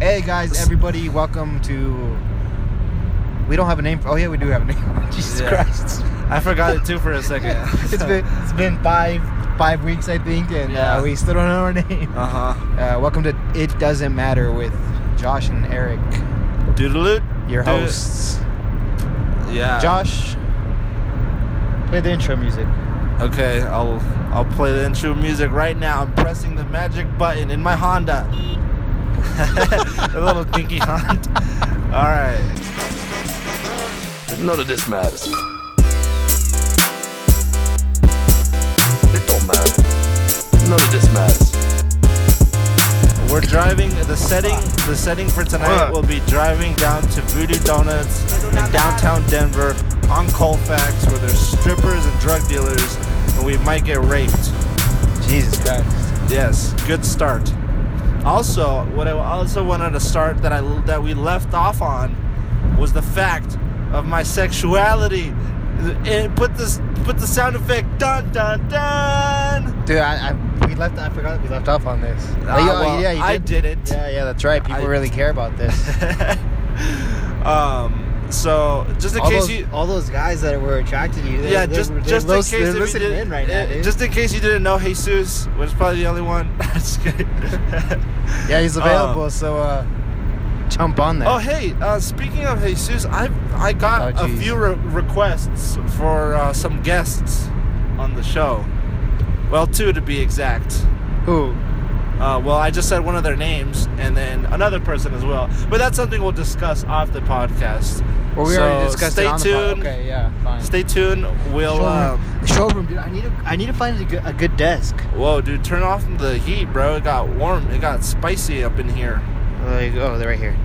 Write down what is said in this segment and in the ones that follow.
Hey guys, everybody, welcome to. We don't have a name. For... Oh yeah, we do have a name. Jesus Yeah. Christ. I forgot it too for a second. it's been it's been five five weeks I think, and Yeah. uh, we still don't know our name. Uh, Uh huh. welcome to It Doesn't Matter with Josh and Eric, Doodaloo. your Doo- hosts. Yeah. Josh, play the intro music. Okay, I'll I'll play the intro music right now. I'm pressing the magic button in my Honda. a little dinky Honda. All right. None of this matters. It don't matter. None of this matters. We're driving. The setting the setting for tonight will be driving down to Voodoo Donuts in downtown Denver on Colfax, where there's strippers and drug dealers, and we might get raped. Jesus Christ. Yes, good start. Also, what I also wanted to start that I that we left off on was the fact of my sexuality. And put this put the sound effect dun dun dun. Dude, I, I we left. I forgot we left off on this. Ah, Oh, yeah, well, yeah, you I did it. Yeah, yeah, that's right. People I- really care about this. um, so just in all, case those, you all those guys that were attracted to you. They, yeah, they, just they just in lis- case if they're you listening didn't- in right now, uh, dude. just in case you didn't know Jesus was probably the only one. Just kidding. yeah, he's um, available. so uh, jump on that. Oh hey, uh, speaking of Jesus, I I got Oh, a geez. few re- requests for uh, some guests on the show. Well, two to be exact. Who? Uh, well, I just said one of their names, and then another person as well. But that's something we'll discuss off the podcast. Well, we So, already discussed Stay it on the pod. tuned. Okay, yeah, fine. Stay tuned. We'll. Um, showroom. showroom, dude. I need to. I need to find a good, a good desk. whoa, dude! Turn off the heat, bro. It got warm. It got spicy up in here. Like, oh, they're right here.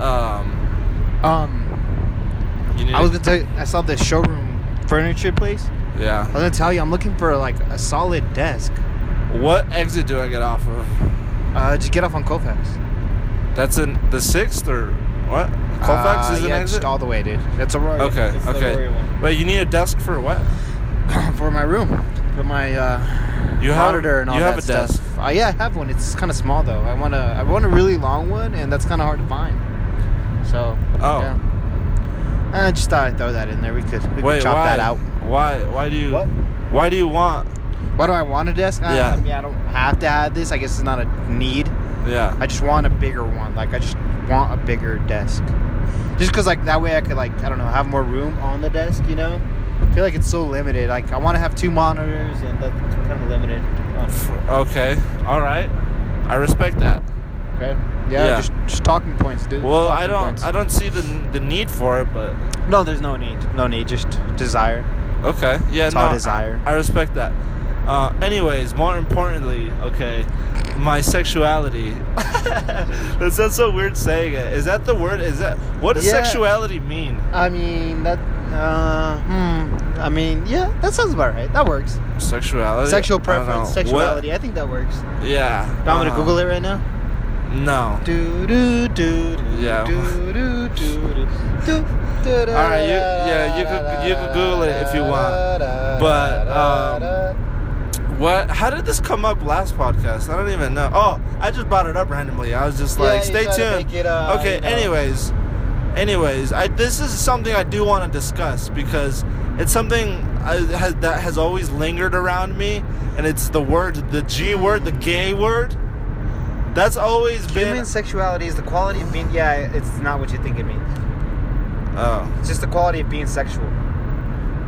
Um, Um, you need I was to- gonna tell you. I saw this showroom furniture place. I yeah. was gonna tell you. I'm looking for like a solid desk. What exit do I get off of? Uh, just get off on Colfax. That's in the sixth or what? Colfax Uh, is an yeah, exit. just all the way, dude. That's a road. okay, It's the okay. Rory one. Wait, you need a desk for what? for my room, for my uh, You have- monitor and all you that have a stuff. desk. Uh, yeah, I have one. It's kind of small though. I want to. I want a really long one, and that's kind of hard to find. So. Oh. Yeah. I just thought I'd throw that in there. We could we Wait, could chop why? that out. Why? Why do you? What? Why do you want? Why do I want a desk? Uh, I- Yeah. I mean, I don't have to have this. I guess it's not a need. Yeah. I just want a bigger one. Like I just want a bigger desk. Just because like that way I could like I don't know have more room on the desk. You know. I feel like it's so limited. Like I want to have two monitors, and that's kind of limited. Uh, F- okay. All right. I respect that. Okay. Yeah, Yeah. Just, just talking points, dude. Well, Talking I don't. points. I don't see the the need for it, but No, there's no need. No need. Just desire. okay. Yeah. It's no, all desire. I, I respect that. Uh, anyways, more importantly, okay, my sexuality. that sounds so weird saying it. Is that the word? Is that what does Yeah. sexuality mean? I mean that. Uh, hmm. I mean, yeah, that sounds about right. That works. Sexuality. Sexual Oh, I don't know. preference, What- sexuality. I think that works. Yeah. Uh, Now I'm gonna Google it right now. No. Do do do do Yeah. do do do do do. All right, you- yeah, you could- you could Google it if you want. But, um, What? How did this come up last podcast? I don't even know. Oh, I just brought it up randomly. I was just Yeah, like, you stay tried to tuned. make it, uh, okay. you know. Anyways, anyways, I this is something I do want to discuss because it's something I, has, that has always lingered around me, and it's the word, the G word, the gay word. That's always human been. sexuality is the quality of being. Yeah, it's not what you think it means. Oh. It's just the quality of being sexual.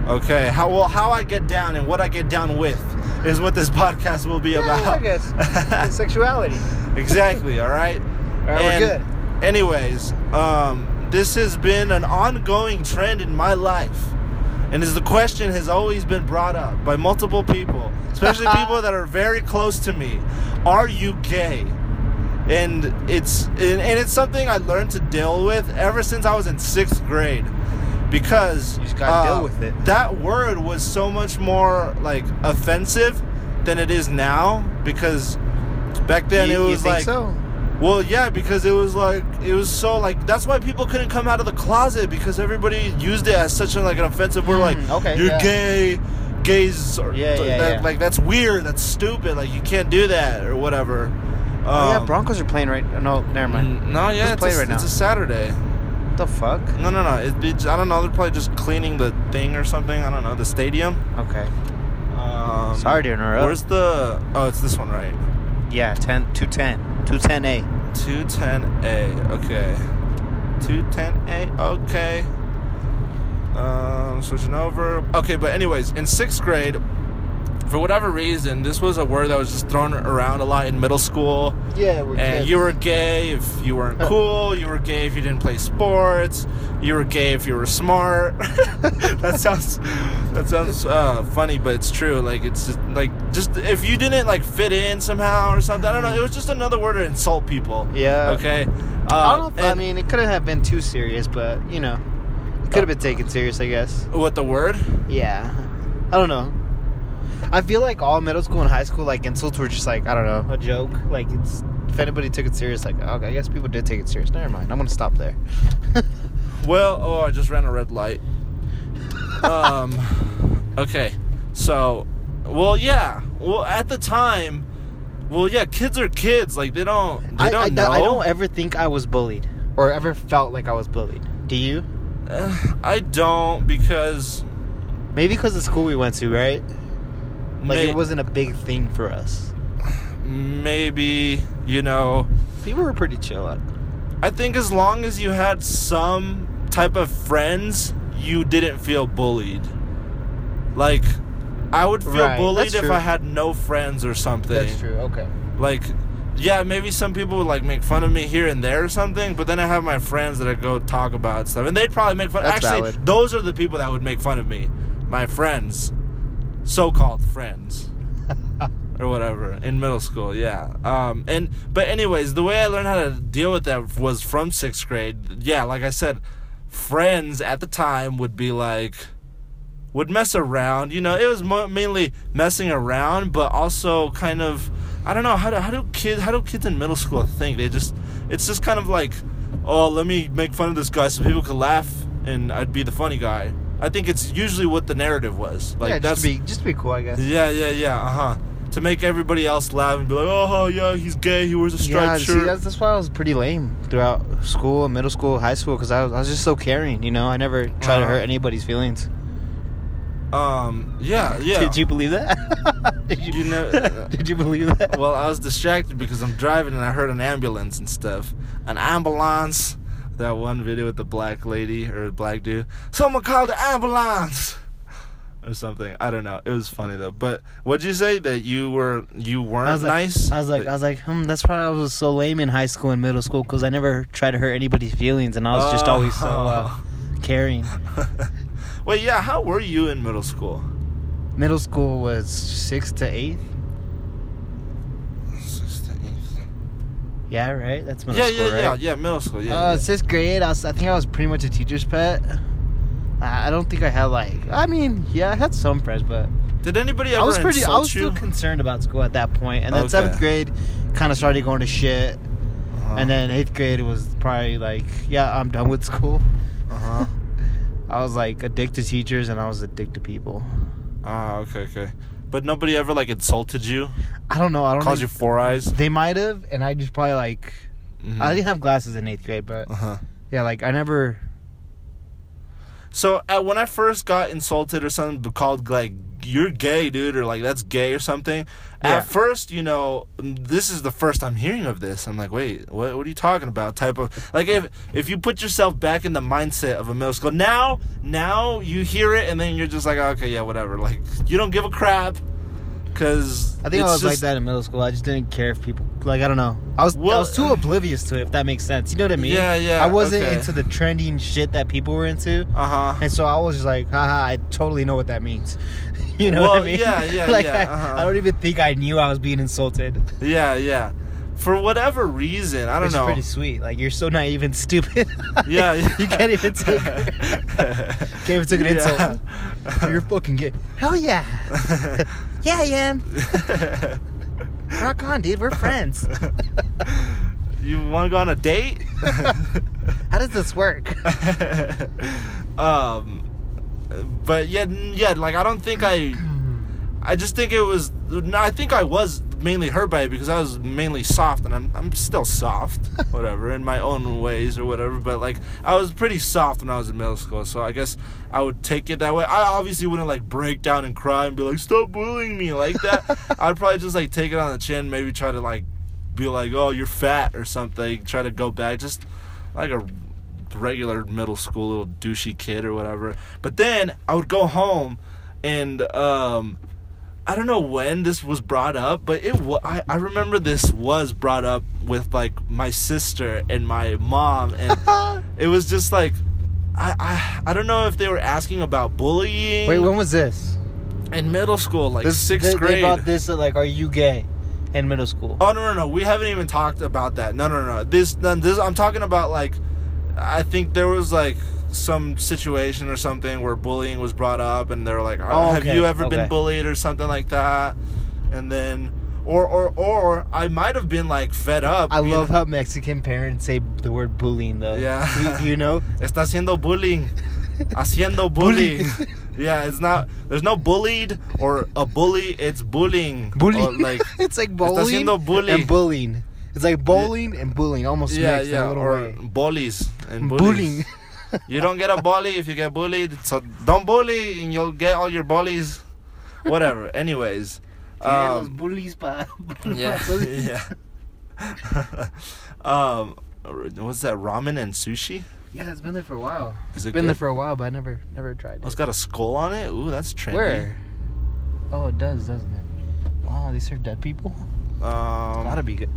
Okay. How well how I get down and what I get down with is what this podcast will be about. sexuality. exactly. All right. All right, we're good. Anyways, um, this has been an ongoing trend in my life, and is the question has always been brought up by multiple people, especially people that are very close to me. Are you gay? and it's and, and it's something I learned to deal with ever since I was in sixth grade, because uh, You just gotta deal with it. That word was so much more like offensive than it is now because back then You- it you was think like um, so? well yeah because it was like it was so like that's why people couldn't come out of the closet because everybody used it as such a, like an offensive word like Mm, okay, you're yeah. gay gays are Yeah, yeah, that- yeah. like that's weird that's stupid like you can't do that or whatever oh, yeah, Um, Broncos are playing right. No, never mind. mm, No, yeah, Who's it's a, playing right now? it's a Saturday. What the fuck? No, no, no. It, it's I don't know. They're probably just cleaning the thing or something. I don't know the stadium. Okay. Um, Sorry to interrupt. Where's the? Oh, it's this one, right? Yeah, 10, 210. 210A. Two ten A. Okay. Two ten A. Okay. Um, switching over. Okay, but anyways, in sixth grade, for whatever reason, this was a word that was just thrown around a lot in middle school. Yeah, we're And you were gay if you weren't cool. You were gay if you didn't play sports. You were gay if you were smart. that sounds that sounds uh, funny, but it's true. Like it's just, like just if you didn't like fit in somehow or something. I don't know. It was just another word to insult people. Yeah. Okay. Uh, I don't know. If, I and- mean, it couldn't have been too serious, but you know, it could have been taken serious, I guess. what the word? Yeah. I don't know. I feel like all middle school and high school like insults were just like I don't know a joke. Like it's if anybody took it serious, like okay, I guess people did take it serious. Never mind. I'm gonna stop there. Well, oh, I just ran a red light. um, okay, so, well, yeah, well, at the time, well, yeah, kids are kids. Like they don't, they I, don't I, know. I don't ever think I was bullied or ever felt like I was bullied. Do you? Uh, I don't because Maybe because the school we went to, right? Like may- it wasn't a big thing for us. maybe you know. People were pretty chill. Out. I think as long as you had some type of friends, you didn't feel bullied. Like, I would feel Right, bullied that's if true. I had no friends or something. That's true. Okay. like yeah maybe some people would like make fun of me here and there or something but then i have my friends that i go talk about stuff and they'd probably make fun That's actually valid. those are the people that would make fun of me my friends so-called friends or whatever in middle school yeah um and but anyways the way i learned how to deal with that was from sixth grade yeah like i said friends at the time would be like would mess around you know it was mo- mainly messing around but also kind of i don't know how do, how do kids how do kids in middle school think they just it's just kind of like oh let me make fun of this guy so people could laugh and i'd be the funny guy i think it's usually what the narrative was like yeah, that's just to be just to be cool, I guess. yeah, yeah, yeah. Uh huh. To make everybody else laugh and be like, oh yeah, he's gay. He wears a Yeah, striped see, shirt. that's, that's why I was pretty lame throughout school, middle school, high school, because I was, I was just so caring, you know? I never tried to Uh-huh. hurt anybody's feelings. um. Yeah. Yeah. Did you believe that? did You know- did you believe that? Well, I was distracted because I'm driving and I heard an ambulance and stuff. An ambulance. That one video with the black lady or black dude. Someone called the ambulance. Or something. I don't know. It was funny though. But what'd you say that you were you weren't I was like, nice? I was like, I was like, hmm, that's why I was so lame in high school and middle school because I never tried to hurt anybody's feelings, and I was just always so Oh. uh, caring. uh, Wait, yeah. How were you in middle school? Middle school was sixth to eighth. Yeah, right. That's middle yeah, school, yeah, right? yeah, yeah. Middle school. Yeah. Uh, yeah. sixth grade, I, was, I think I was pretty much a teacher's pet. I I don't think I had like, I mean, yeah, I had some friends, but Did anybody ever I was pretty, I insult was you? still concerned about school at that point. And then Okay. seventh grade, kind of started going to shit. Uh-huh. And then eighth grade was probably like, yeah, I'm done with school. Uh-huh. I was like addicted to teachers and I was addicted to people. Ah, okay, okay. But nobody ever like insulted you, I don't know. I don't. called think- you Hmm. four eyes. Mm-hmm. They might have, and I just probably like. I didn't have glasses in eighth grade, but Uh huh. yeah, like I never. So uh, when I first got insulted or something called like you're gay, dude, or like that's gay or something. Yeah. At first, you know, this is the first I'm hearing of this. I'm like, wait, what? What are you talking about? Type of like if if you put yourself back in the mindset of a middle school now, now you hear it and then you're just like, okay, yeah, whatever. Like you don't give a crap because I think I was like that in middle school. I just didn't care if people like I don't know. I was I Well- was too oblivious to it, if that makes sense. You know what I mean? Yeah, yeah, I wasn't okay. into the trending shit that people were into, Uh huh. and so I was just like, haha, I totally know what that means. You know what Well, I mean? yeah, yeah, like yeah, I, uh-huh. I don't even think I knew I was being insulted. Yeah, yeah. For whatever reason, I don't It's know. pretty sweet. Like you're so naive and stupid. Yeah, yeah. you can't even take. can't even take an Yeah. insult. You're fucking gay. Hell yeah. yeah, I am. Rock on, dude. We're friends. you want to go on a date? How does this work? um, but yeah, n- yeah. Like I don't think I. I just think it was. no, I think I was mainly hurt by it because I was mainly soft, and I'm I'm still soft, whatever, in my own ways or whatever. But like I was pretty soft when I was in middle school, so I guess I would take it that way. I obviously wouldn't like break down and cry and be like, "Stop bullying me" like that. I'd probably just like take it on the chin, maybe try to like be like, "Oh, you're fat" or something. Try to go back, just like a regular middle school little douchey kid or whatever. But then I would go home, and um, I don't know when this was brought up, but it wa- I, I remember this was brought up with like my sister and my mom, and it was just like. I, I, I don't know if they were asking about bullying Wait, when was this? in middle school, like this sixth they, they grade. brought this uh, like, are you gay? In middle school. Oh no no no! We haven't even talked about that. No no no! This no, this I'm talking about like, I think there was like some situation or something where bullying was brought up, and they're like, Oh, "Have okay, you ever okay. been bullied or something like that?" And then, or or or I might have been like fed up. I you love know? how Mexican parents say the word bullying though. Yeah. You, you know? Está haciendo bullying. Haciendo bullying. yeah, it's not. There's no bullied or a bully. It's bullying. Or, Bullying. like it's Oh, like bowling haciendo bullying. and bullying. It's like bowling and bullying almost yeah mixed in yeah a little or way. bullies and bullies. Bullying. You don't get a bully if you get bullied. So don't bully, and you'll get all your bullies. Whatever. Anyways. Um, bullies pa. yeah. yeah. um, what's that? Ramen and sushi. Yeah, it's been there for a while. Is It's it been there good? for a while, but I never never tried Oh, it's it. got a skull on it. Ooh, that's trendy. Where? Oh, it does, doesn't it? Wow, they serve dead people. Gotta Um. be good.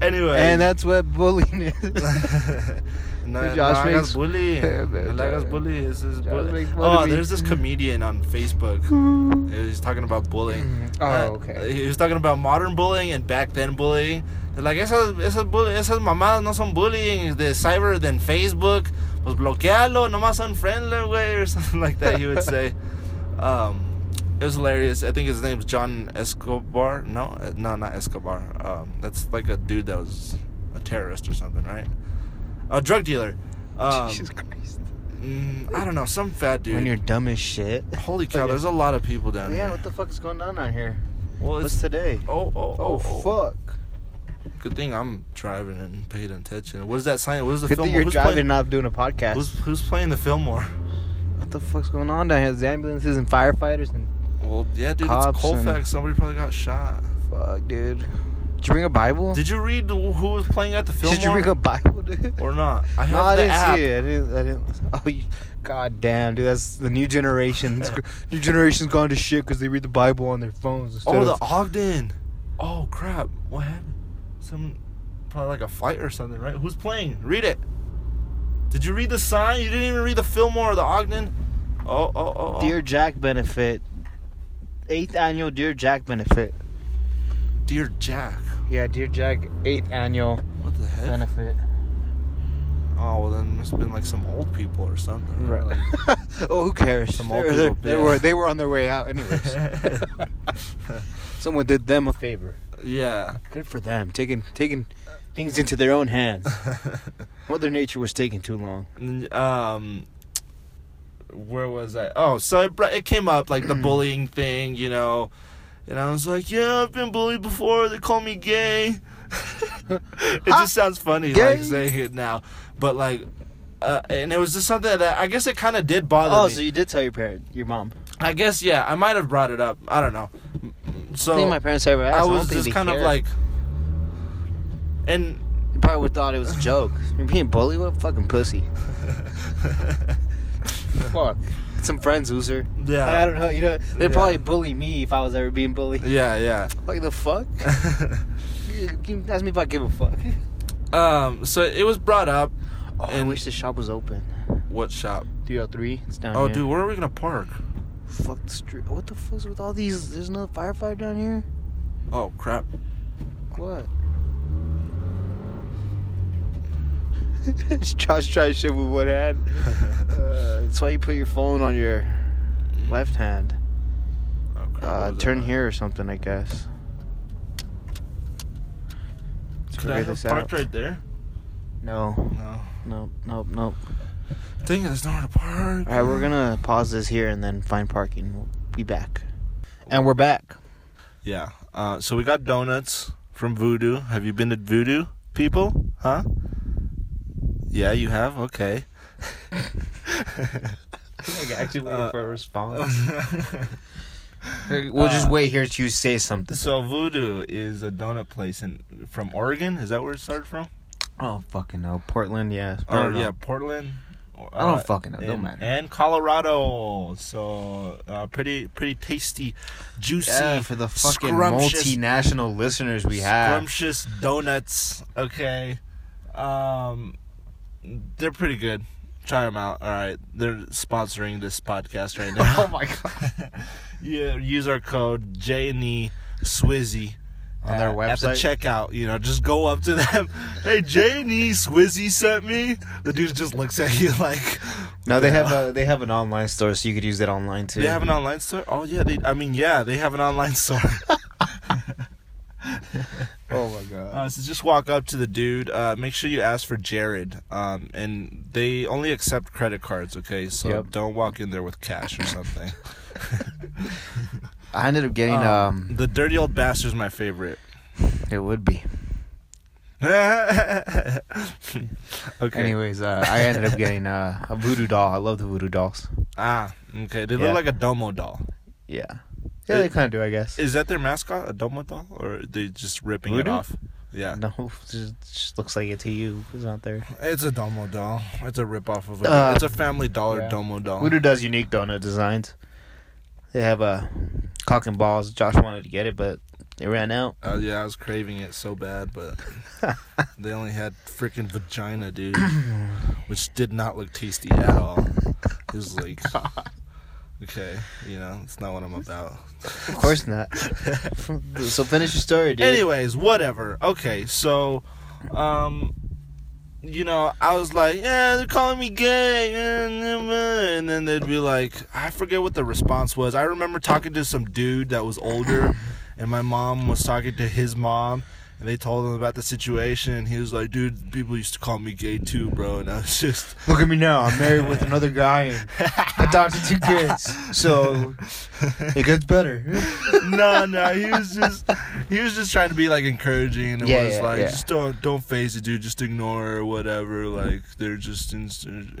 anyway. And that's what bullying is. no, Josh no, I got makes- bully. Yeah, but I got Josh- bully. This is Josh bully. makes fun of Oh, me. there's this comedian on Facebook. He's talking about bullying. Oh, Uh, okay. He was talking about modern bullying and back then bullying. They're like, esas, esas, bully, esas mamadas no son bullying. De cyber than Facebook. Pues bloquealo, nomás unfriendly, way or something like that, he would say. um, it was hilarious. I think his name's John Escobar. No, uh, no, not Escobar. Um, that's like a dude that was a terrorist or something, right? A drug dealer. Um, Jesus Christ. mm, I don't know, some fat dude. When you're dumb as shit. Holy Oh, cow, yeah. there's a lot of people down Yeah, here. what the fuck is going on out here? Well, What's it's today? oh, oh, oh, oh. fuck. Good thing I'm driving and paying attention. What is that sign? What is the Good film? thing you're who's driving Playing, not doing a podcast. who's, who's playing the Fillmore? what the fuck's going on down here? There's ambulances and firefighters and Well, yeah, dude, Cops it's Colfax. Somebody probably got shot. fuck, dude. Did you bring a Bible? Did you read who was playing at the Fillmore? Did you bring a Bible, dude? or not? I No, have I the didn't app. see it. I didn't. I didn't. Oh, you, god damn, dude. That's the new generation. It's gr- new generation's gone to shit because they read the Bible on their phones instead Oh, the of. Ogden. Oh crap! What happened? Some probably like a fight or something, right? Who's playing? Read it. Did you read the sign? You didn't even read the Fillmore or the Ogden. Oh, oh, oh. oh. Dear Jack benefit. Eighth annual Dear Jack benefit. dear Jack. Yeah, Dear Jack, eighth annual What the heck? benefit. Oh, well, then must have been like some old people or something. Right. Like, oh, who cares? Some They old were- they, people they bitch. were they were on their way out anyways. Someone did them a favor. yeah. Good for them, taking taking things into their own hands. Mother Nature was taking too long. N- um, where was I? Oh, so it, br- it came up like the bullying thing, you know, and I was like, yeah, I've been bullied before. They call me gay. it Ah, just sounds funny, gay. like saying it now, but like. Uh, and it was just something that I guess it kind of did bother Oh, me. so you did tell your parent, your mom. I guess yeah, I might have brought it up. I don't know. So I think my parents ever asked. I don't was think just they kind of cared. like, and You probably would thought it was a joke. You're being bullied? What a fucking pussy. Fuck. Get Some friends, loser. yeah, I don't know. You know, they'd Yeah. probably bully me if I was ever being bullied. yeah, yeah. Like the fuck? You can Ask me if I give a fuck. um, so it was brought up. Oh, I And- wish the shop was open. What shop? 303. It's down Oh, here. dude, where are we gonna park? Fuck the street. What the fuck's with all these? There's no firefighter down here? Oh crap! What? Josh tries shit with one hand. Oh, Uh, that's why you put your phone on your left hand. Oh, crap. Uh, What was turn that? here or something, I guess. Let's Could I figure have this parked out. right there? No, No. nope, nope, nope. Dang it, there's nowhere to park. All right, we're gonna pause this here and then find parking. We'll be back. And we're back. Yeah. Uh, so we got donuts from Voodoo. Have you been to Voodoo, people? Huh? Yeah, you have. Okay. Like actually waiting Uh, for a response. We'll just wait here till you say something. So Voodoo is a donut place in from Oregon. Is that where it started from? Oh fucking no, Portland, yes. Or yeah, Portland. Or, I don't uh, fucking know. Don't and- matter. And Colorado, so uh, pretty, pretty tasty, juicy. Yeah, for the fucking scrumptious- multinational listeners we have. Scrumptious donuts. Okay. Um, they're pretty good. Try them out. All right. They're sponsoring this podcast right now. Oh my god. yeah, use our code J and E Swizzy. uh, On their at- website? At the checkout, you know, just go up to them. Hey, J and E Swizzy sent me. The dude just looks at you like, No, they have a they have an online store, so you could use it online too. they have an online store. Oh yeah, they. I mean, yeah, they have an online store. oh my god. Uh, so just walk up to the dude. Uh, make sure you ask for Jared. Um, and they only accept credit cards. Okay, so Yep. don't walk in there with cash or something. I ended up getting um. the dirty old bastard's my favorite. It would be. okay. Anyways, uh, I ended up getting uh, a voodoo doll. I love the voodoo dolls. Ah, okay. They Yeah. look like a domo doll. Yeah. Yeah, they kind of do, I guess. Is that their mascot, a domo doll, or are they just ripping it Voodoo? off? Yeah, No, just, just looks like it to you. It's not there. it's a domo doll. It's a rip off of it. Uh, it's a Family Dollar yeah. domo doll. Voodoo does unique donut designs. They have a cock and balls. Josh wanted to get it, but it ran out. Uh, yeah, I was craving it so bad, but they only had freaking vagina, dude, which did not look tasty at all. It was like, okay, you know, it's not what I'm about. Of course not. so finish your story, dude. Anyways, whatever. Okay, so, um, you know, I was like, yeah, they're calling me gay, and then they'd be like, I forget what the response was. I remember talking to some dude that was older, and my mom was talking to his mom. And they told him about the situation, and he was like, "Dude, people used to call me gay too, bro." And I was just, Look at me now. I'm married with another guy and adopted two kids. So it gets better. no, no. He was just, he was just trying to be like encouraging. It Yeah, was yeah, like, yeah. just don't, don't phase it, dude. Just ignore or whatever. Like they're just in,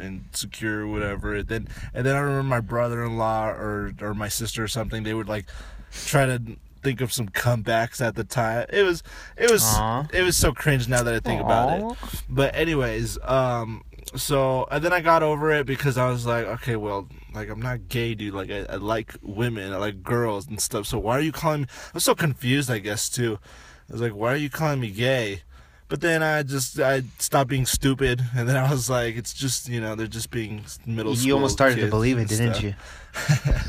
insecure, or whatever. And then, and then I remember my brother-in-law or or my sister or something. They would like try to think of some comebacks at the time. It was, it was, Aw. it was so cringe now that I think about it. But anyways, um, so and then I got over it because I was like, okay, well, like I'm not gay, dude. Like I, I like women, I like girls and stuff. So why are you calling me? I was so confused, I guess too. I was like, why are you calling me gay? But then I just I stopped being stupid, and then I was like, it's just you know they're just being middle school. You almost started to kids believe it, and didn't you? stuff.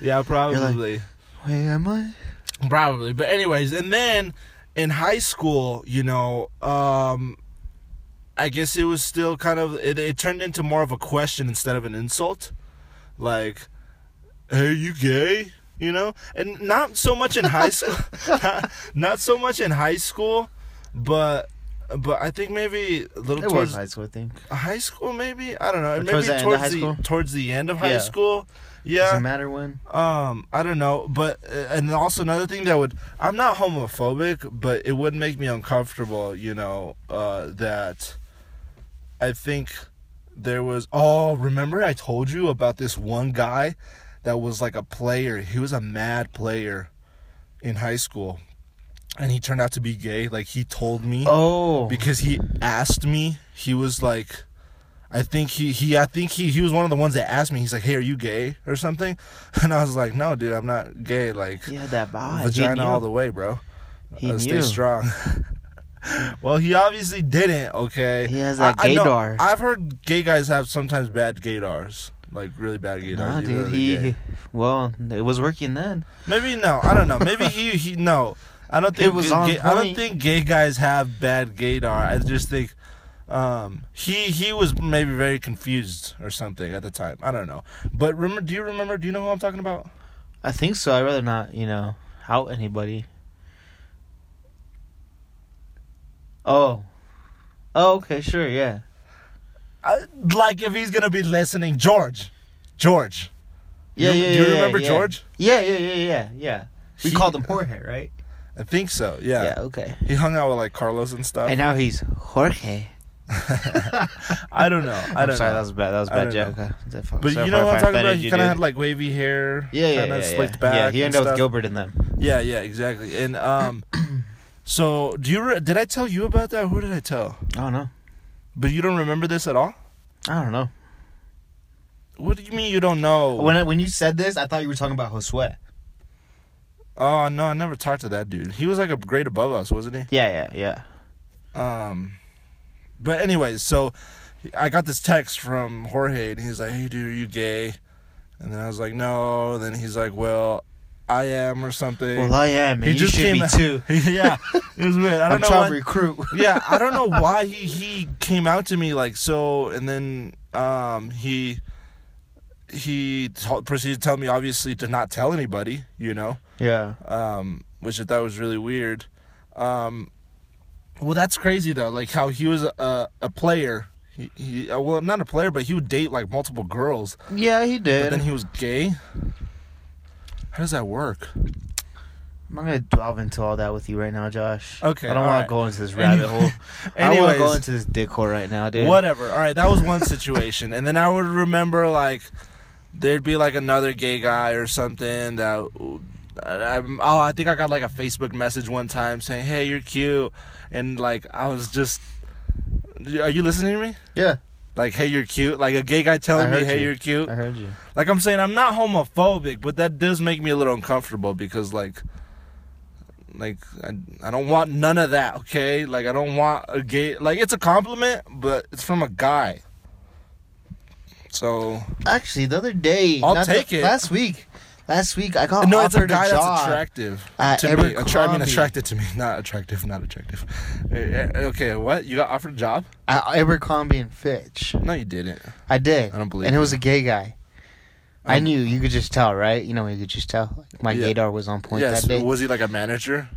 Yeah, probably. Wait, am I? Probably. But anyways, and then in high school, you know, um I guess it was still kind of it, it turned into more of a question instead of an insult. Like, "Hey, you gay?" You know? And not so much in high school. not, not so much in high school, but but I think maybe a little It was towards high school, I think. high school maybe. I don't know. Maybe towards the end of high towards school? the towards the end of high Yeah. school. Doesn't Yeah. matter when. Um, I don't know, but uh, and also another thing that would I'm not homophobic, but it would make me uncomfortable, you know, uh that I think there was oh, remember I told you about this one guy that was like a player. He was a mad player in high school. And he turned out to be gay. Like he told me Oh. because he asked me he was like i think he, he i think he, he was one of the ones that asked me he's like hey are you gay or something and i was like no dude i'm not gay like Yeah, that vibe. vagina all the way bro He Uh, stay knew. strong well he obviously didn't okay He has that I- I know- gaydar. i've heard gay guys have sometimes bad gaydars like really bad gaydars Nah, even though dude, they're he, gay. well, it was working then. Maybe no, I don't know. Maybe he he no. I don't think was on gay, I don't point. think gay guys have bad gaydar. I just think um he he was maybe very confused or something at the time. I don't know. But remember do you remember do you know who I'm talking about? I think so. I'd rather not, you know, out anybody. Oh. Oh, okay, sure, yeah. I, like if he's going to be listening, George. George. Yeah, you, yeah, Do you yeah, remember yeah. George? Yeah, yeah, yeah, yeah, yeah. We He- called him Jorge, right? I think so. Yeah. okay. He hung out with like Carlos and stuff. And now he's Jorge. I don't know. Oh, I I'm don't sorry, know. that was bad. That was a bad I don't joke. Huh? but So you know if what I I'm talking offended about? He you, kind of dude. had like wavy hair. yeah, yeah, kinda yeah, yeah. slicked back. yeah, he ended and up stuff. with Gilbert and them. Yeah, yeah, exactly. And um, so do you? Re- did I tell you about that? Who did I tell? I don't know. But you don't remember this at all? I don't know. What do you mean you don't know? When I, when you said this, I thought you were talking about Josue. oh no, I never talked to that dude. He was like a grade above us, wasn't he? Yeah, yeah, yeah. Um, but anyways, so I got this text from Jorge, and he's like, "Hey, dude, are you gay?" And then I was like, "No." then he's like, "Well, I am," or something. Well, I am. And he you just should came be out- too. yeah, it was weird. I don't I'm know. trying why- to recruit. yeah, I don't know why he he came out to me like so, and then um he he t- proceeded to tell me obviously to not tell anybody, you know, Yeah. um, which I thought was really weird. Um, well, that's crazy though, like how he was a a player. He, he uh, well not a player, but he would date like multiple girls, Yeah, he but did. then he was gay. How does that work? I'm not gonna delve into all that with you right now, Josh. Okay, I don't all want right. to go into this rabbit hole. I want to go Anyways. into this dick hole right now, dude. Whatever. All right, that was one situation, and then I would remember like there'd be like another gay guy or something that. I, I'm- oh, I think I got like a Facebook message one time saying, "Hey, you're cute," and like I was just, are you listening to me? Yeah, Like, "Hey, you're cute." Like a gay guy I telling me, heard "Hey, you. you're cute." I heard you. Like I'm saying, I'm not homophobic, but that does make me a little uncomfortable because like, like I, I don't want none of that. Okay, like I don't want a gay. Like it's a compliment, but it's from a guy. So Actually, the other day, I'll not the- take it. Last week, last week I got no, it's a offered guy that's job. attractive at to me. Attra- I mean, Abercrombie. attracted to me, not attractive, not attractive. Eh, eh, Okay, what you got offered a job? at Abercrombie and Fitch. No, you didn't. I did. I don't believe And it you. was a gay guy. I Um, knew you could just tell, right? You know, you could just tell. Like, my Yeah. gaydar was on point yes, that day. was he like a manager?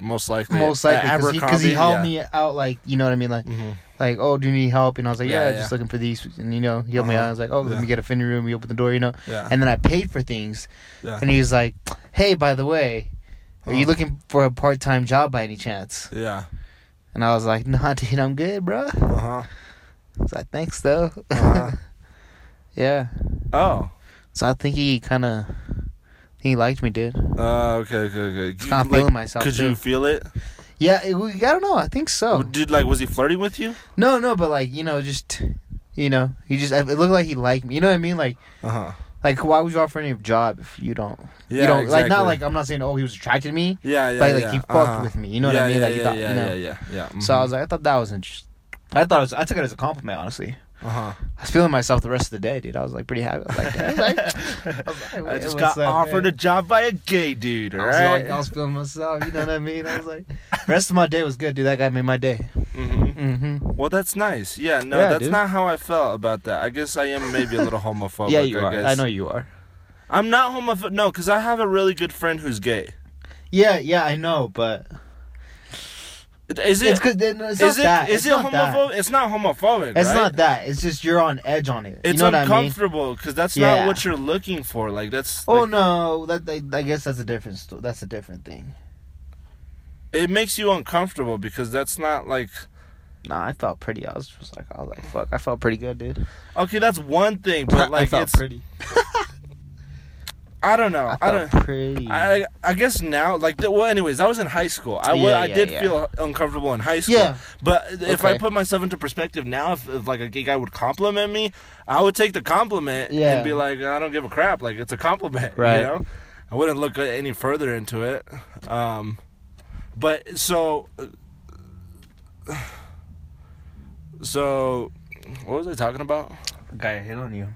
Most likely, Most At likely because he, Abercrombie, helped yeah. me out, like you know what I mean, like Mhm. like oh, do you need help? And I was like, Yeah, yeah, yeah. just looking for these, and you know, he helped me Uh-huh. out. I was like, oh, Yeah. Uh-huh. let me get a fitting room. He opened the door, you know, Yeah. and then I paid for things, Mm-hmm. Yeah. and he was like, hey, by the way, are you Uh-huh. looking for a part time job by any chance? Yeah. And I was like, nah, dude, I'm good, bro. I Uh huh. was like, thanks though. Uh-huh. yeah. Oh. So I think he kind of he liked me, dude. Uh, okay, okay, okay. Not You, feeling myself, Could you too. Oh. feel it? Yeah, it, we- I don't know. I think so. Did like was he flirting with you? No, no, but like you know, just you know, he just it looked like he liked me. You know what I mean? Like, Uh huh. like why would you offer any job if you don't? Yeah. you don't like exactly. not like I'm not saying oh he was attracted to me, Yeah, yeah, but like yeah. he fucked Uh-huh. with me. You know yeah, what I mean? Yeah, like, he yeah, thought, yeah, you know. yeah, yeah, yeah. So I was like, I thought that was interesting. I thought it was, I took it as a compliment, honestly. uh huh. I was feeling myself the rest of the day, dude. I was like pretty happy. I was like, I, was like, I was like, I just what's got up, offered a man? job by a gay dude. All I was, right. like, I was feeling myself. You know what I mean? I was like, rest of my day was good, dude. That guy made my day. Mhm. Mm-hmm. Well, that's nice. Yeah, no, Yeah, that's dude. not how I felt about that. I guess I am maybe a little homophobic. yeah, you I are. Guess. I know you are. I'm not homophobic. No, because I have a really good friend who's gay. Yeah, yeah, I know, but Is it? it's because it's is not it? that. is it's it not that. homophobic? It's not homophobic. It's right? not that. It's just you're on edge on it. It's you know what I mean? uncomfortable because that's not Yeah. what you're looking for. Like that's Oh like, no, that, that I guess that's a different. sto- That's a different thing. it makes you uncomfortable because that's not like Nah, I felt pretty. I was just like, I was like, fuck, I felt pretty good, dude. okay, that's one thing, but like it's pretty. I don't know. I I, felt don't. pretty. I I guess now like th- well anyways I was in high school I wa- Yeah, I yeah, did yeah. feel uncomfortable in high school Yeah. but if I Okay. put myself into perspective now if, if like a gay guy would compliment me I would take the compliment Yeah. and be like I don't give a crap like it's a compliment Right. you know I wouldn't look uh, any further into it um but so uh, so what was I talking about guy hit on you.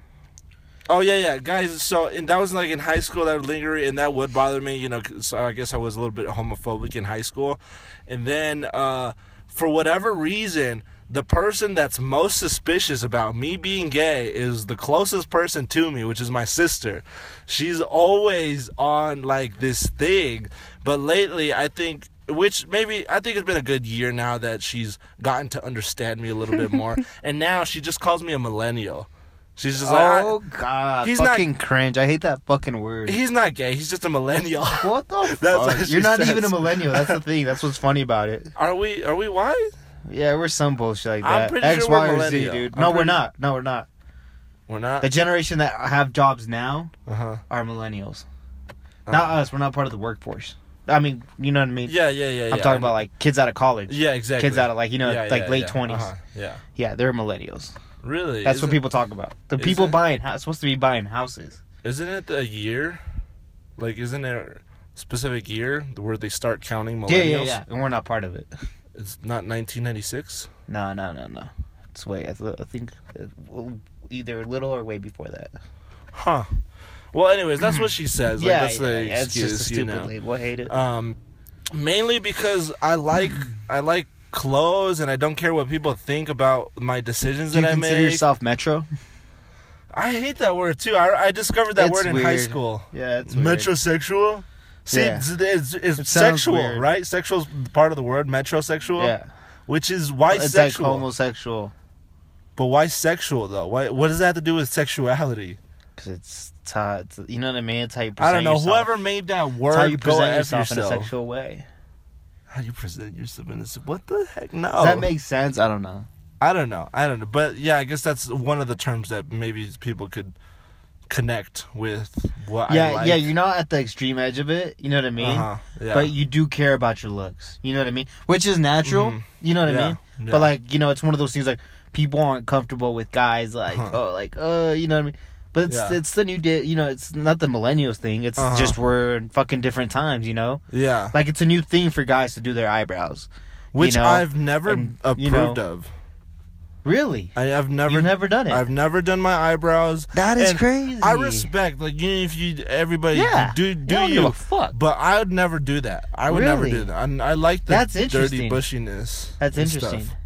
Oh yeah, yeah, guys. So and that was like in high school. That would linger and that would bother me. You know, 'cause so I guess I was a little bit homophobic in high school, and then uh, for whatever reason, the person that's most suspicious about me being gay is the closest person to me, which is my sister. She's always on like this thing, but lately I think. Which maybe I think it's been a good year now that she's gotten to understand me a little bit more, and now she just calls me a millennial She's just like, oh god, he's not- fucking cringe. I hate that fucking word. "I- he's not gay. He's just a millennial. what the what fuck? she You're not says. even a millennial. That's the thing. That's what's funny about it. Are we? Are we white? Yeah, we're some bullshit like I'm that. pretty X, sure we're Y, or Z, millennial. dude. I'm No, we're pretty- not. No, we're not. We're not. The generation that have jobs now Uh huh. are millennials. Not us. We're not part of the workforce. I mean, you know what I mean. Uh-huh. Yeah, yeah, yeah. I'm yeah. talking about like kids out of college. Yeah, exactly. Kids out of like you know Yeah, like yeah, late yeah. 20s Uh-huh. Yeah. Yeah, they're millennials. Really? That's isn't, what people talk about. The is people it? buying hou- supposed to be buying houses. Isn't it a year? Like, isn't there a specific year where they start counting millennials? Yeah, yeah, yeah. And we're not part of it. It's not 1996. No, no, no, no. It's way. I, th- I think uh, well, either little or way before that. Huh. Well, anyways, that's what she says. Like, that's the excuse, it's just a you stupid know. label. I hate it. Um, mainly because I like I like clothes, and I don't care what people think about my decisions Do you that I consider make. yourself metro? I hate that word too. I, I discovered that It's word in high weird. school. Yeah, it's Metrosexual. See, Yeah. it's, it's, it's It sounds sexual, weird. right? Sexual is part of the word metrosexual, Yeah, which is why it's sexual. like homosexual But why sexual though? Why? What does that have to do with sexuality? because it's, it's, how- it's you know what I mean. It's how you present I don't know. yourself. Whoever made that word, it's how you go present F yourself, yourself. in a sexual way. How do you present yourself in a se- What the heck? No. Does that make sense? I don't know. I don't know. I don't know. But yeah, I guess that's one of the terms that maybe people could connect with what yeah, I like. yeah. You're not at the extreme edge of it. You know what I mean. Uh-huh. Yeah. But you do care about your looks. You know what I mean? Which is natural. Mhm. You know what I Yeah, mean? yeah. But like, you know, it's one of those things like people aren't comfortable with guys like Huh. oh like uh you know what I mean? But it's Uh-huh. Yeah. it's the new day you know, it's not the millennials thing. It's Uh-huh. just we're in fucking different times, you know? yeah, Like it's a new thing for guys to do their eyebrows. which you know, I've never and, approved you know, of. Really? I, I've never, You've never done it. I've never done my eyebrows. that is And crazy. I respect, like, you know, if you everybody Yeah. do I do don't you, give a fuck. but I would never do that. I would never Really? do that. I, I like the That's dirty interesting. bushiness. That's and stuff. interesting.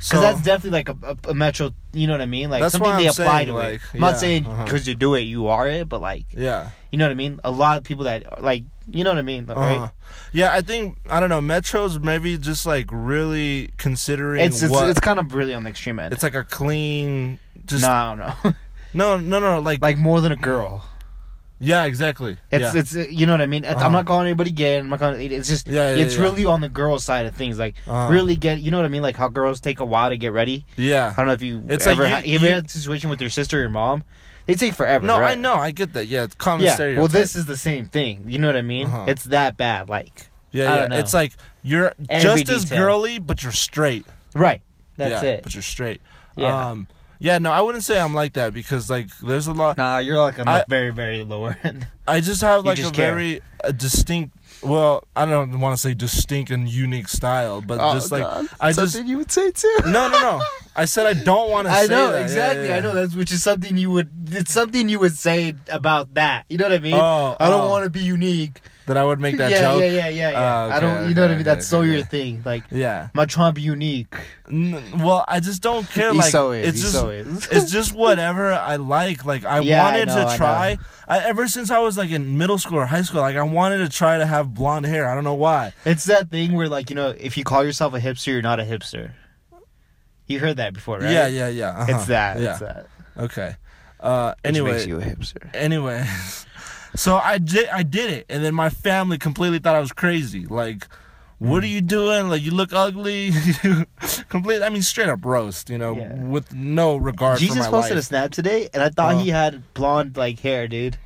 So Because that's definitely like a, a, a metro, you know what I mean? Like That's something why they I'm apply saying, to like, it. I'm not yeah, saying uh-huh. because you do it, you are it, but like, yeah. you know what I mean? A lot of people that, like, you know what I mean? Like, Uh-huh. right? Yeah, I think I don't know. Metro's maybe just like really considering It's it's, what it's it's, kind of really on the extreme end. like a clean. Just no, I don't know. no, no, no. Like, like more than a girl. yeah, exactly. It's yeah. it's you know what I mean. It's- I'm Uh-huh. not calling anybody gay. I'm not calling. It's just Yeah, yeah, it's yeah. really on the girl side of things. Like Uh-huh. really get you know what I mean. Like how girls take a while to get ready. I yeah. don't know if you It's like ever you- ha- you ever you- had a situation with your sister or your mom. They take forever. No, right? I know. I get that. Yeah, it's common Yeah. stereotype. Well, this is the same thing. You know what I mean? Uh-huh. It's that bad. Like Yeah, I yeah. don't know. It's like you're Every just as detail. girly, but you're straight. right. That's yeah, it. But you're straight. Yeah. Um, yeah. No, I wouldn't say I'm like that because like there's a lot. Nah, you're like on I- the very very lower end. I just have You like just a care. very a distinct. Well, I don't want to say distinct and unique style, but Oh, just like I just you would say too. no, no, no. I said I don't want to. I say know that. Yeah, exactly. yeah, yeah. I know that's which is something you would. It's something you would say about that. You know what I mean? Oh, I don't oh. want to be unique. That I would make that yeah, joke. yeah, yeah, yeah, yeah. Oh, I don't. okay, you know what I okay, mean? That's okay, so okay. your thing. Like, I'm Yeah. not trying to be unique. N- well, I just don't care. He Like so is, it's he just so is. it's just whatever I like. Like I Yeah, I wanted know, I to know. try. I, ever since I was like in middle school or high school, like I wanted to try to have blonde hair. I don't know why. It's that thing where, like, you know, if you call yourself a hipster, you're not a hipster. You heard that before, right? Yeah, yeah, yeah. uh-huh. It's that. Yeah. It's that. Okay. Uh, Which anyway, makes you a hipster. Anyway, so I did I did it, and then my family completely thought I was crazy. Like, what are Hmm. you doing? Like, you look ugly. completely, I mean, straight up roast. You know, Yeah. with no regard for Jesus my posted a life. snap today, and I thought Oh. he had blonde like hair, dude.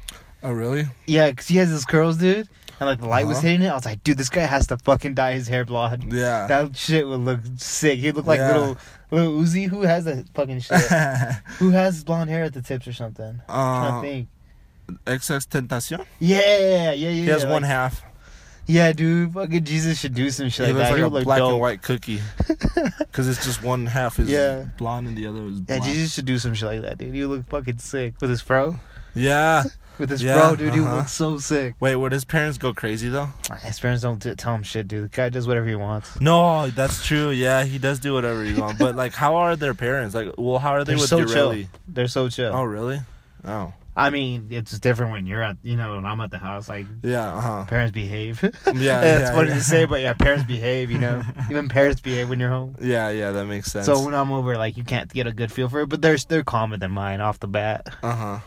oh, really? Yeah, because he has his curls, dude. And like the light was Uh-huh. hitting it. I was like, dude, this guy has to fucking dye his hair blonde. Yeah. That shit would look sick. He'd look like Yeah. little little Uzi. Who has that fucking shit? Who has blonde hair at the tips or something? I'm trying uh, to think. Excess Tentacion. Yeah, yeah, yeah. He has one like- half. Yeah, dude. Fucking Jesus should do some shit he like looks that. like He a would look black dope. and white cookie. Because it's just one half is Yeah. blonde and the other is Yeah, black. Jesus should do some shit like that, dude. He would look fucking sick with his fro. Yeah. With his Yeah, fro, dude. He would uh-huh. look so sick. Wait, would his parents go crazy though? His parents don't t- tell him shit, dude. The guy does whatever he wants. No, that's true. Yeah, he does do whatever he wants. But like, how are their parents? Like, well, how are they They're with so Urelli? chill. They're so chill. Oh, really? Oh. I mean, it's different when you're at, you know, when I'm at the house. Like Yeah. Uh huh. parents behave. Yeah, that's yeah, what yeah. you say. But yeah, parents behave. You know, even parents behave when you're home. Yeah. Yeah. That makes sense. So when I'm over, like you can't get a good feel for it. But they're they're calmer than mine off the bat. uh huh.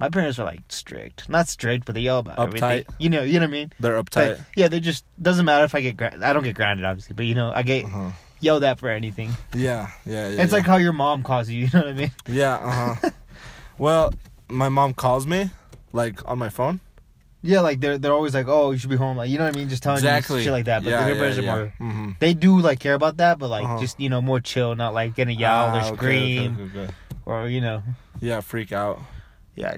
My parents are like strict, not strict, but they yell about everything. Uptight. You know, you know what I mean. They're But, uptight. yeah, they just doesn't matter if I get gra- I don't get grounded obviously, but you know I get Uh-huh. yelled at for anything. Yeah. Yeah. Yeah. it's yeah. like how your mom calls you. You know what I mean? Yeah. Uh huh. well, my mom calls me, like on my phone. Yeah, like they're they're always like, oh, you should be home. Like you know what I mean? Just telling you shit like that. But yeah, your yeah, parents yeah. are more. Mhm. They do like care about that, but like Uh-huh. just you know more chill, not like gonna yell Ah, or okay, scream okay, okay, okay. or you know. Yeah. Freak out. Yeah,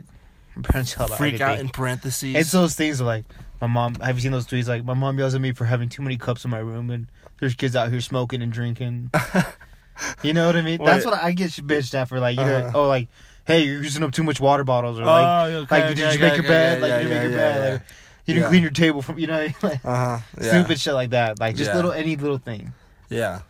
my parents yell about Freak out everything. in parentheses. It's those things of, like my mom. Have you seen those tweets? Like my mom yells at me for having too many cups in my room, and there's kids out here smoking and drinking. you know what I mean? That's Wait. what I get bitched at for. Like you know, Uh-huh. Oh, oh like, hey, you're using up too much water bottles, or like, like did you make your bed? like you didn't make your bed. Like you didn't Yeah. clean your table from. You know, like Uh huh. Yeah. stupid shit like that. Like just Yeah. little any little thing. Yeah.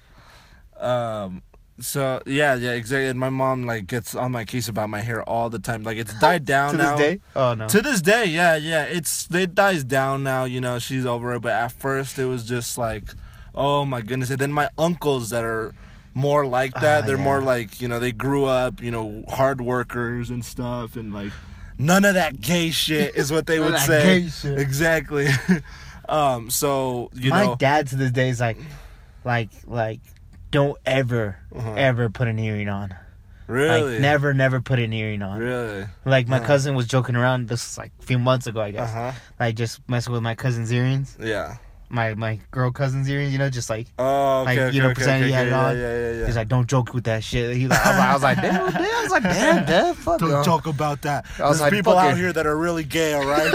Um. So yeah, yeah, exactly. And my mom like gets on my case about my hair all the time. Like it's died down to now. this day, oh no. Uh-huh. To this day, yeah, yeah. It's it dies down now, you know, she's over it. But at first it was just like, oh my goodness. And then my uncles that are more like that, Ah, they're yeah. more like, you know, they grew up, you know, hard workers and stuff and like none of that gay shit is what they None of would that say. gay shit. Exactly. um, so you my know dad to this day is like, like like, don't ever Uh-huh. ever put an earring on. really Like never never put an earring on. really. Like my cousin was joking around this was, like a few months ago, I guess. Uh-huh. Like just messing with my cousin's earrings, Yeah. my my girl cousin's earrings. You know, just like Oh, Like, okay. okay, you know, okay, pretending okay, you had it yeah, on. Yeah, yeah, yeah. he's like, don't joke with that shit. He like, I was like, I was like, damn, damn. I was like, damn, damn, fuck. Don't y'all." joke about that. I was There's like, people fucking- out here that are really gay, all right?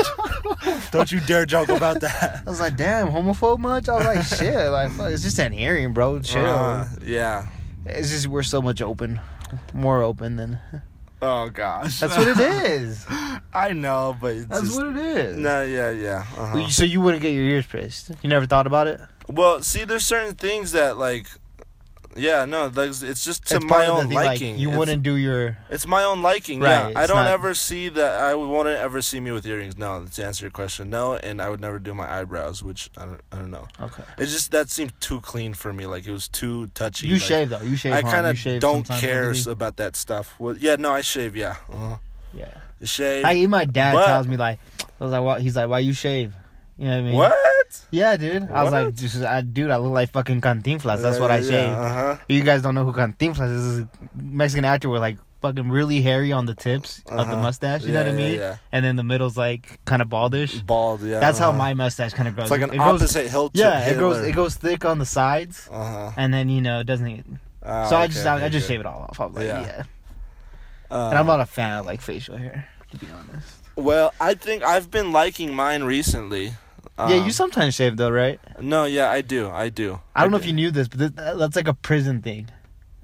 Don't you dare joke about that. I was like, damn, homophobe much? I was like, shit, like, fuck, it's just an earring, bro. Chill. Uh, yeah. It's just we're so much open, more open than. Oh gosh. That's what it is. I know, but it's That's just, what it is. No, yeah, yeah. uh-huh. So you wouldn't get your ears pierced? You never thought about it? Well, see, there's certain things that like, yeah, no, like, it's just to It's part of my the own thing, like, liking. you It's- wouldn't do your. It's my own liking. Right, yeah, I it's don't not- ever see that. I would want to ever see me with earrings. No, to answer your question, no. And I would never do my eyebrows, which I don't, I don't know. Okay. It's just that seemed too clean for me. Like it was too touchy. You like, shave though. You shave. I huh? kind You shave of don't sometimes, care maybe? about that stuff. Well, yeah, no, I shave. Yeah, uh-huh. Yeah. shave. I my dad But- tells me like, I was like, why, he's like, why you shave? You know what I mean? what? Yeah, dude. I was like, What? just, I, dude, I look like fucking Cantinflas. That's what I shave. Uh huh. You guys don't know who Cantinflas is? This is a Mexican actor with like fucking really hairy on the tips of the Uh-huh. mustache. You know Yeah, what I yeah, mean? yeah. And then the middle's like kind of baldish. Bald. Yeah. That's how uh-huh. my mustache kind of grows. It's like an It grows- opposite hill. to Yeah, it goes Hitler. it goes thick on the sides, Uh-huh. and then you know it doesn't. Ah, so I okay, just I, I okay, just okay. shave it all off. I'm like, yeah. Yeah. and I'm Uh, not a fan of like facial hair, to be honest. well, I think I've been liking mine recently. yeah, you Um, sometimes shave though, right? No, yeah, I do. I do. I don't know do. if you knew this, but th- that's like a prison thing.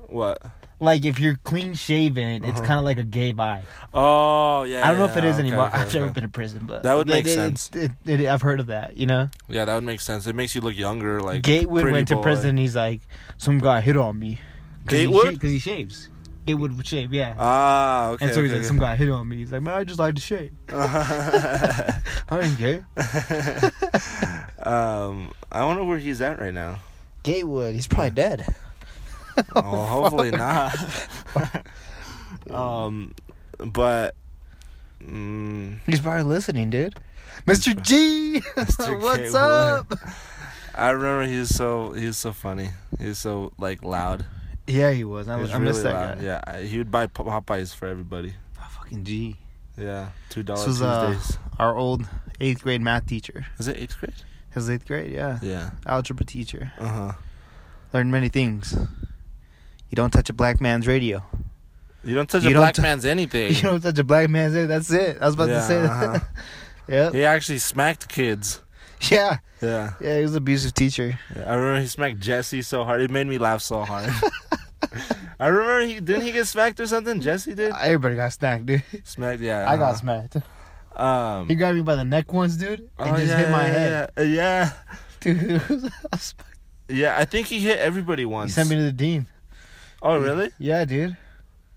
What? Like if you're clean shaven, it's kind of like a gay vibe. Oh yeah. I don't know Uh-huh. yeah, if it is okay, anymore. okay, I've never okay. been to prison, but That would they- make they- sense. It, it, I've heard of that. You know, Yeah, that would make sense. It makes you look younger. Like Gatewood pretty went to boy. prison. He's like, some guy hit on me. Gatewood? because he, shaves. Gatewood would shave, yeah. Ah, okay. and so he's okay, like, some guy hit on me. He's like, man, I just like to shave. okay. I ain't gay. um, I wonder where he's at right now. Gatewood, he's probably dead. Oh, hopefully not. um, but mm, He's probably listening, dude. Mr. G, Mr. what's Gatewood. up? I remember he was so he was so funny. He was so like loud. Yeah, he was. I, He was was I missed that guy. Yeah, I- he would buy Pop- Popeyes for everybody. Oh, fucking G. Yeah, two dollars This was uh, Tuesdays. our old eighth grade math teacher. Is it eighth grade? His eighth grade, yeah. Yeah. Algebra teacher. Uh huh. Learned many things. You don't touch a black man's radio. You don't touch You a don't black tou- man's anything. You don't touch a black man's radio. That's it. I was about Yeah, to say that. uh-huh. yep. He actually smacked kids. Yeah. Yeah. Yeah, he was an abusive teacher. I remember he smacked Jesse so hard. It made me laugh so hard. I remember he didn't he get smacked or something? Jesse did? Everybody got snacked, dude. Smacked, yeah. I got smacked. smacked. Um, He grabbed me by the neck once, dude, and oh, just yeah, hit my yeah, head. Yeah, yeah. Dude, I was- Yeah, I think he hit everybody he once. sent me to the dean. oh, really? Yeah, dude.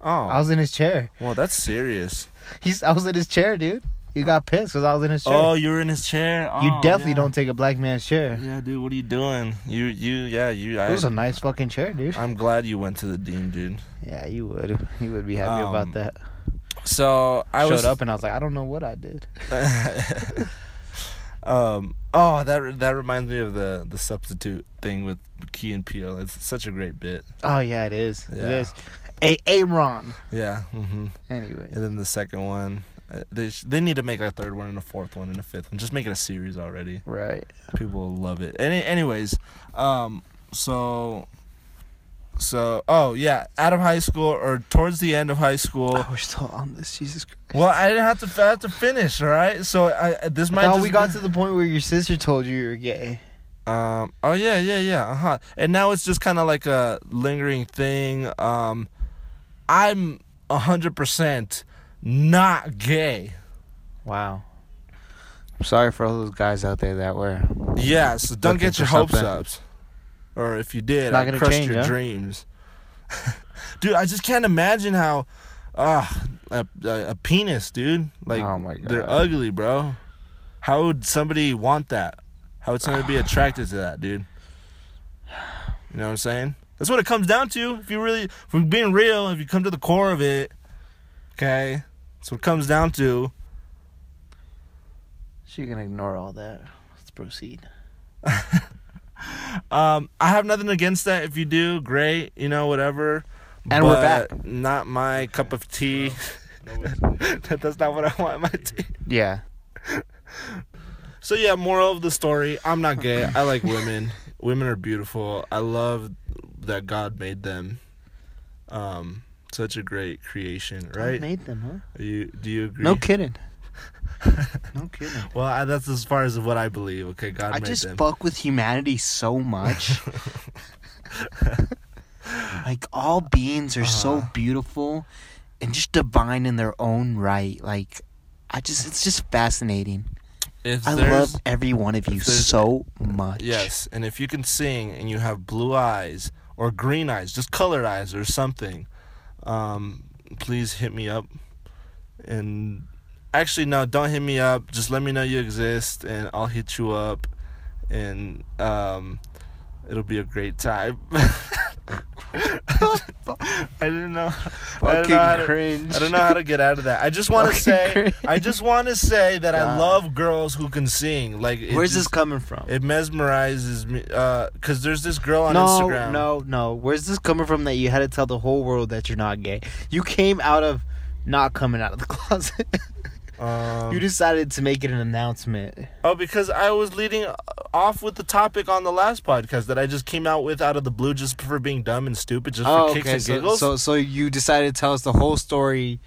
Oh, I was in his chair. well, that's serious. He's I was in his chair, dude. He got pissed because I was in his chair. Oh, you were in his chair. you Oh, definitely yeah. don't take a black man's chair. Yeah, dude, what are you doing? You, you, yeah, you. It I, was a nice fucking chair, dude. I'm glad you went to the dean, dude. Yeah, you would. You would be happy Um, about that. So I Showed was up and I was like, I don't know what I did. um. Oh, that that reminds me of the the substitute thing with Key and Peele. It's such a great bit. Oh yeah, it is. Yeah. It is. A Aaron. Yeah. hmm Anyway. And then the second one, uh, they sh- they need to make a third one and a fourth one and a fifth one. Just make it a series already. Right. People will love it. Any anyways, um. So. So oh yeah, out of high school or towards the end of high school. we're still on this. Jesus Christ. Well, I didn't have to I had to finish, all right? So I this might. No, just we got to the point where your sister told you you were gay. Um. Oh yeah, yeah, yeah. Uh huh. And now it's just kind of like a lingering thing. Um, I'm hundred percent not gay. Wow. I'm sorry for all those guys out there that were. Yeah. So don't Looking get your for hopes something. up. Or if you did, Not I gonna crushed change, your huh? dreams. dude, I just can't imagine how. Uh, a, a, a penis, dude. Like Oh, my God. they're ugly, bro. How would somebody want that? How would somebody be attracted to that, dude? You know what I'm saying? That's what it comes down to. If you really, if we're being real, if you come to the core of it, okay, that's what it comes down to. So you can ignore all that. Let's proceed. Um, I have nothing against that. If you do, great. You know, whatever. And we're But Not my cup of tea. That- That's not what I want in my tea. Yeah. So yeah, moral of the story: I'm not gay. I like women. women are beautiful. I love that God made them. Um, such a great creation, right? made them, huh? You do you agree? No kidding. no kidding. Well, I, that's as far as what I believe. Okay, God I made just them. fuck with humanity so much. like all beings are so Uh-huh. beautiful and just divine in their own right. Like I just it's just fascinating. if I there's- love every one of you if there's- so much. Yes, and if you can sing and you have blue eyes or green eyes, just colored eyes or something, um, please hit me up. And actually, no, don't hit me up. Just let me know you exist, and I'll hit you up, and um, it'll be a great time. I didn't know. I didn't know how to- cringe. I don't know how to get out of that. I just want to Fucking say, cringe. I just want to say that I God. love girls who can sing. Like, it Where's this just- coming from? it mesmerizes me because there's this girl on no, Instagram. no, no. Where's this coming from that you had to tell the whole world that you're not gay? You came out of not coming out of the closet. Um, you decided to make it an announcement. oh, because I was leading off with the topic on the last podcast that I just came out with out of the blue just for being dumb and stupid, just for kicks and Oh, so, giggles. so so you decided to tell us the whole story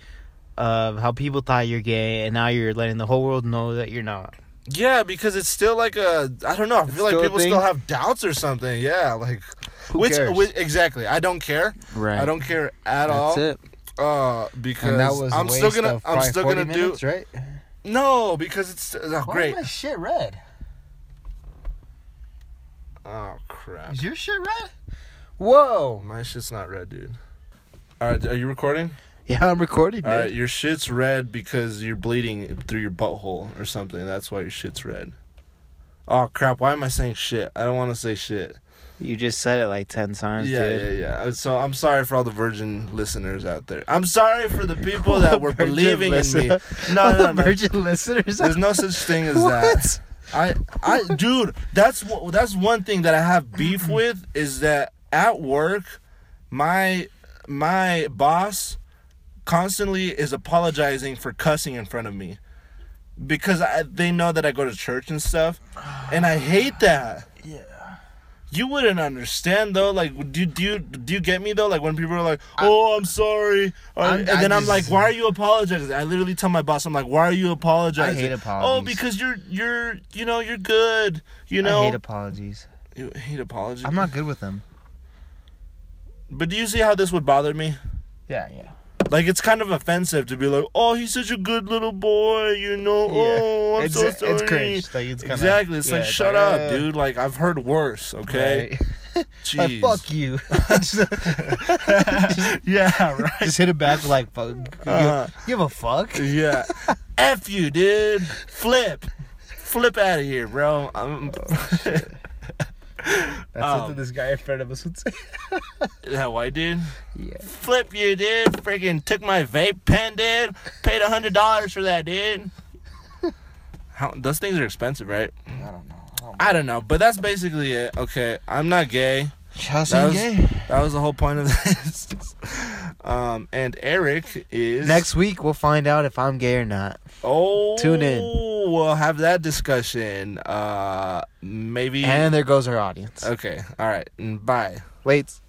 of how people thought you're gay, and now you're letting the whole world know that you're not. yeah, because it's still like a I don't know. I feel like still a people still thing? have doubts or something. Yeah, like Who which, cares? which exactly I don't care. right. I don't care at That's all. it. Uh, because I'm still gonna I'm still gonna do right. no because it's oh, great. shit red? Oh crap. Is your shit red? Whoa. Oh, My shit's not red, dude. All right, are you recording? Yeah, I'm recording. All dude. right, your shit's red because you're bleeding through your butthole or something. That's why your shit's red. Oh crap! Why am I saying shit? I don't want to say shit. You just said it like ten times, yeah, dude. yeah, yeah. Uh, So I'm sorry for all the virgin listeners out there. I'm sorry for the people that were Virgin believing in me. listener. No, no, no. virgin listeners. There's no such thing as that. what? I, I, dude, that's wh- that's one thing that I have beef Mm-hmm. with is that at work, my my boss constantly is apologizing for cussing in front of me because I, they know that I go to church and stuff, and I hate that. Yeah. You wouldn't understand though. Like, do do you do you get me though? Like when people are like, "Oh, I'm sorry," or, I'm- and I then I'm just- like, "Why are you apologizing?" I literally tell my boss, "I'm like, why are you apologizing?" I hate Oh, apologies. because you're you're you know you're good. You know I hate apologies. you hate apology. I'm not good with them. But do you see how this would bother me? Yeah, yeah. Like it's kind of offensive to be like, oh, he's such a good little boy, you know. Oh, I'm it's, so sorry. It's cringe. Like, it's kinda, exactly. It's yeah, like shut like, up, uh, dude. Like I've heard worse. Okay. Right. like Jeez. fuck you. just, just- yeah, right. just hit it back with like fuck. you- Uh-huh. give a fuck. Yeah. F you, dude. Flip. Flip out of here, bro. I'm- That's Um, something this guy in front of us would say. Is that white dude? Yeah. Flip you, dude. Freaking took my vape pen, dude. Paid a hundred dollars for that, dude. How, those things are expensive, right? I don't know. I don't know, but that's basically it. Okay, I'm not gay. Chelsea That was- gay. That was the whole point of this. Um, and Eric is Next week we'll find out if I'm gay or not. Oh, Tune in. We'll have that discussion. Uh, maybe. Uh, And there goes our audience. okay. All right. Bye. Wait.